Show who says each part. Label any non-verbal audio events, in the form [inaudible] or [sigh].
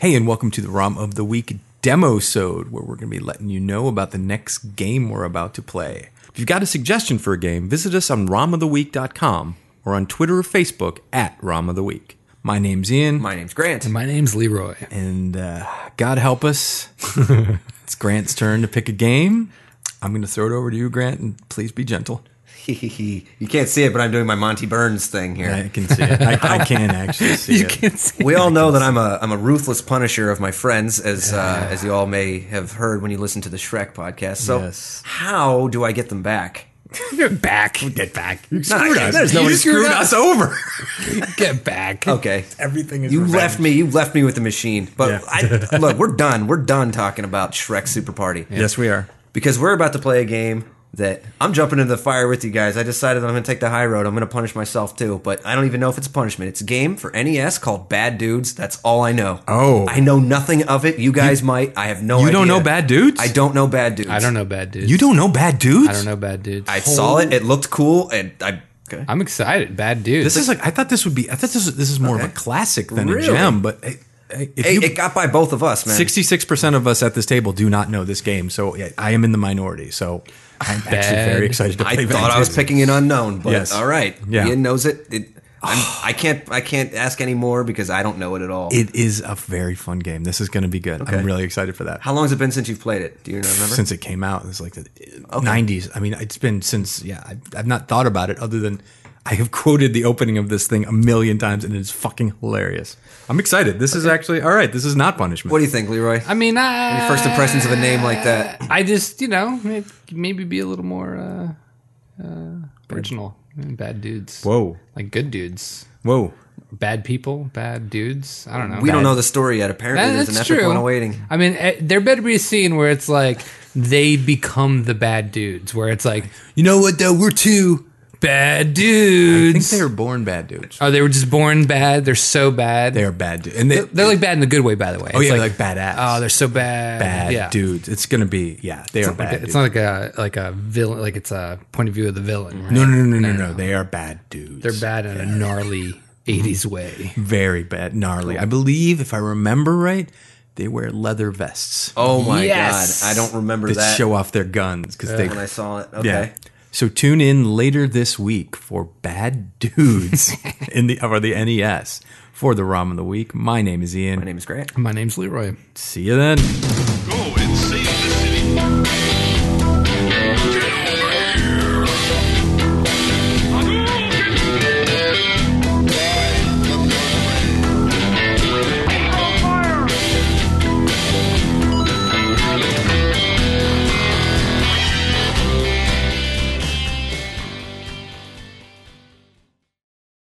Speaker 1: Hey, and welcome to the ROM of the Week demo sode, where we're going to be letting you know about the next game we're about to play. If you've got a suggestion for a game, visit us on romoftheweek.com or on Twitter or Facebook at ROM of the Week. My name's Ian,
Speaker 2: My name's Grant. [laughs]
Speaker 3: My name's Leroy.
Speaker 1: and uh, God help us. it's Grant's turn to pick a game. I'm going to throw it over to you, Grant, and please be gentle.
Speaker 2: you can't see it, but I'm doing my Monty Burns thing here.
Speaker 1: I can see it. I, I can actually see it.
Speaker 3: see. [laughs]
Speaker 2: We
Speaker 1: [laughs]
Speaker 2: all know that I'm a I'm a ruthless punisher of my friends, as uh, as you all may have heard when you listen to the Shrek podcast. So,
Speaker 1: Yes.
Speaker 2: how do I get them back?
Speaker 3: Get back. Get back. You screwed us.
Speaker 2: There's nobody
Speaker 3: You
Speaker 2: screwed us over.
Speaker 3: Get back.
Speaker 2: Okay.
Speaker 3: Everything is
Speaker 2: You
Speaker 3: revenge.
Speaker 2: left me. You left me with the machine. But
Speaker 1: Yeah.
Speaker 2: I, look, we're done. We're done talking about Shrek Super Party.
Speaker 1: Yes, we are.
Speaker 2: because we're about to play a game that I'm jumping into the fire with you guys. I decided that I'm going to take the high road. I'm going to punish myself too, but I don't even know if it's a punishment. It's a game for NES called Bad Dudes. That's all I know.
Speaker 1: Oh.
Speaker 2: I know nothing of it. You guys might. I have no
Speaker 1: You
Speaker 2: idea.
Speaker 1: don't know Bad Dudes?
Speaker 2: I don't know Bad Dudes.
Speaker 3: I don't know bad dudes.
Speaker 1: You don't know Bad Dudes?
Speaker 3: I don't know bad dudes.
Speaker 2: I saw it. It looked cool and I okay.
Speaker 3: I'm excited. Bad dudes.
Speaker 1: This is like I thought this would be. I thought this was, this is more of a classic than
Speaker 2: Really?
Speaker 1: a gem. But hey, hey, if
Speaker 2: Hey,
Speaker 1: you,
Speaker 2: it got by both of us, man.
Speaker 1: sixty-six percent of us at this table do not know this game, so yeah, I am in the minority. So
Speaker 2: [laughs]
Speaker 1: I'm actually
Speaker 3: Bad.
Speaker 1: very excited to play.
Speaker 2: I
Speaker 1: Bad
Speaker 2: thought I was
Speaker 1: Dudes.
Speaker 2: picking an unknown, but
Speaker 1: Yes.
Speaker 2: all right.
Speaker 1: Yeah.
Speaker 2: Ian knows it. it I'm, I can't. I can't ask any more because I don't know it at all.
Speaker 1: It is a very fun game. This is going to be good.
Speaker 2: Okay.
Speaker 1: I'm really excited for that.
Speaker 2: How long has it been since you've played it? Do you remember?
Speaker 1: Since it came out, it's like the '90s. I mean, it's been since. Yeah, I've, I've not thought about it other than I have quoted the opening of this thing a million times, and it's fucking hilarious. I'm excited. This is actually all right. This is not punishment.
Speaker 2: what do you think, Leroy?
Speaker 3: I mean, I,
Speaker 2: Any first impressions of a name like that?
Speaker 3: I just, you know, may- maybe be a little more uh, uh, original. Bad dudes.
Speaker 1: Whoa,
Speaker 3: Like good dudes.
Speaker 1: whoa.
Speaker 3: Bad people. Bad dudes. I don't know.
Speaker 2: We don't
Speaker 3: Bad-
Speaker 2: know the story yet. Apparently,
Speaker 3: That-
Speaker 2: there's an
Speaker 3: that's
Speaker 2: epic
Speaker 3: true.
Speaker 2: one awaiting.
Speaker 3: I mean, eh, there better be a scene where it's like they become the bad dudes, where it's like, you know what though, we're two bad
Speaker 1: I think
Speaker 3: dudes.
Speaker 1: they were born bad dudes.
Speaker 3: oh, they were just born bad. They're so bad.
Speaker 1: They are bad dudes, and they,
Speaker 3: They're like bad in the good way, by the way.
Speaker 1: oh
Speaker 3: It's
Speaker 1: yeah,
Speaker 3: like,
Speaker 1: like, badass.
Speaker 3: oh, they're so bad.
Speaker 1: bad
Speaker 3: yeah.
Speaker 1: dudes. It's gonna be yeah, they are bad.
Speaker 3: Like, it's
Speaker 1: dudes.
Speaker 3: not like a like a villain. Like it's a point of view of the villain. Right?
Speaker 1: no, no, no, no, no, no, They are bad dudes.
Speaker 3: they're bad in a
Speaker 1: Mm-hmm.
Speaker 3: gnarly '80s way.
Speaker 1: very bad, gnarly. I believe if I remember right, they wear leather vests
Speaker 2: Oh my
Speaker 3: Yes.
Speaker 2: god! I don't remember
Speaker 1: that
Speaker 2: that
Speaker 1: show off their guns because they
Speaker 2: when I saw it. Okay.
Speaker 1: yeah. So tune in later this week for Bad [laughs] Dudes in the or the E NES for the ROM of the week. My name is Ian.
Speaker 2: My name is Grant.
Speaker 3: My name's Leroy.
Speaker 1: See you then.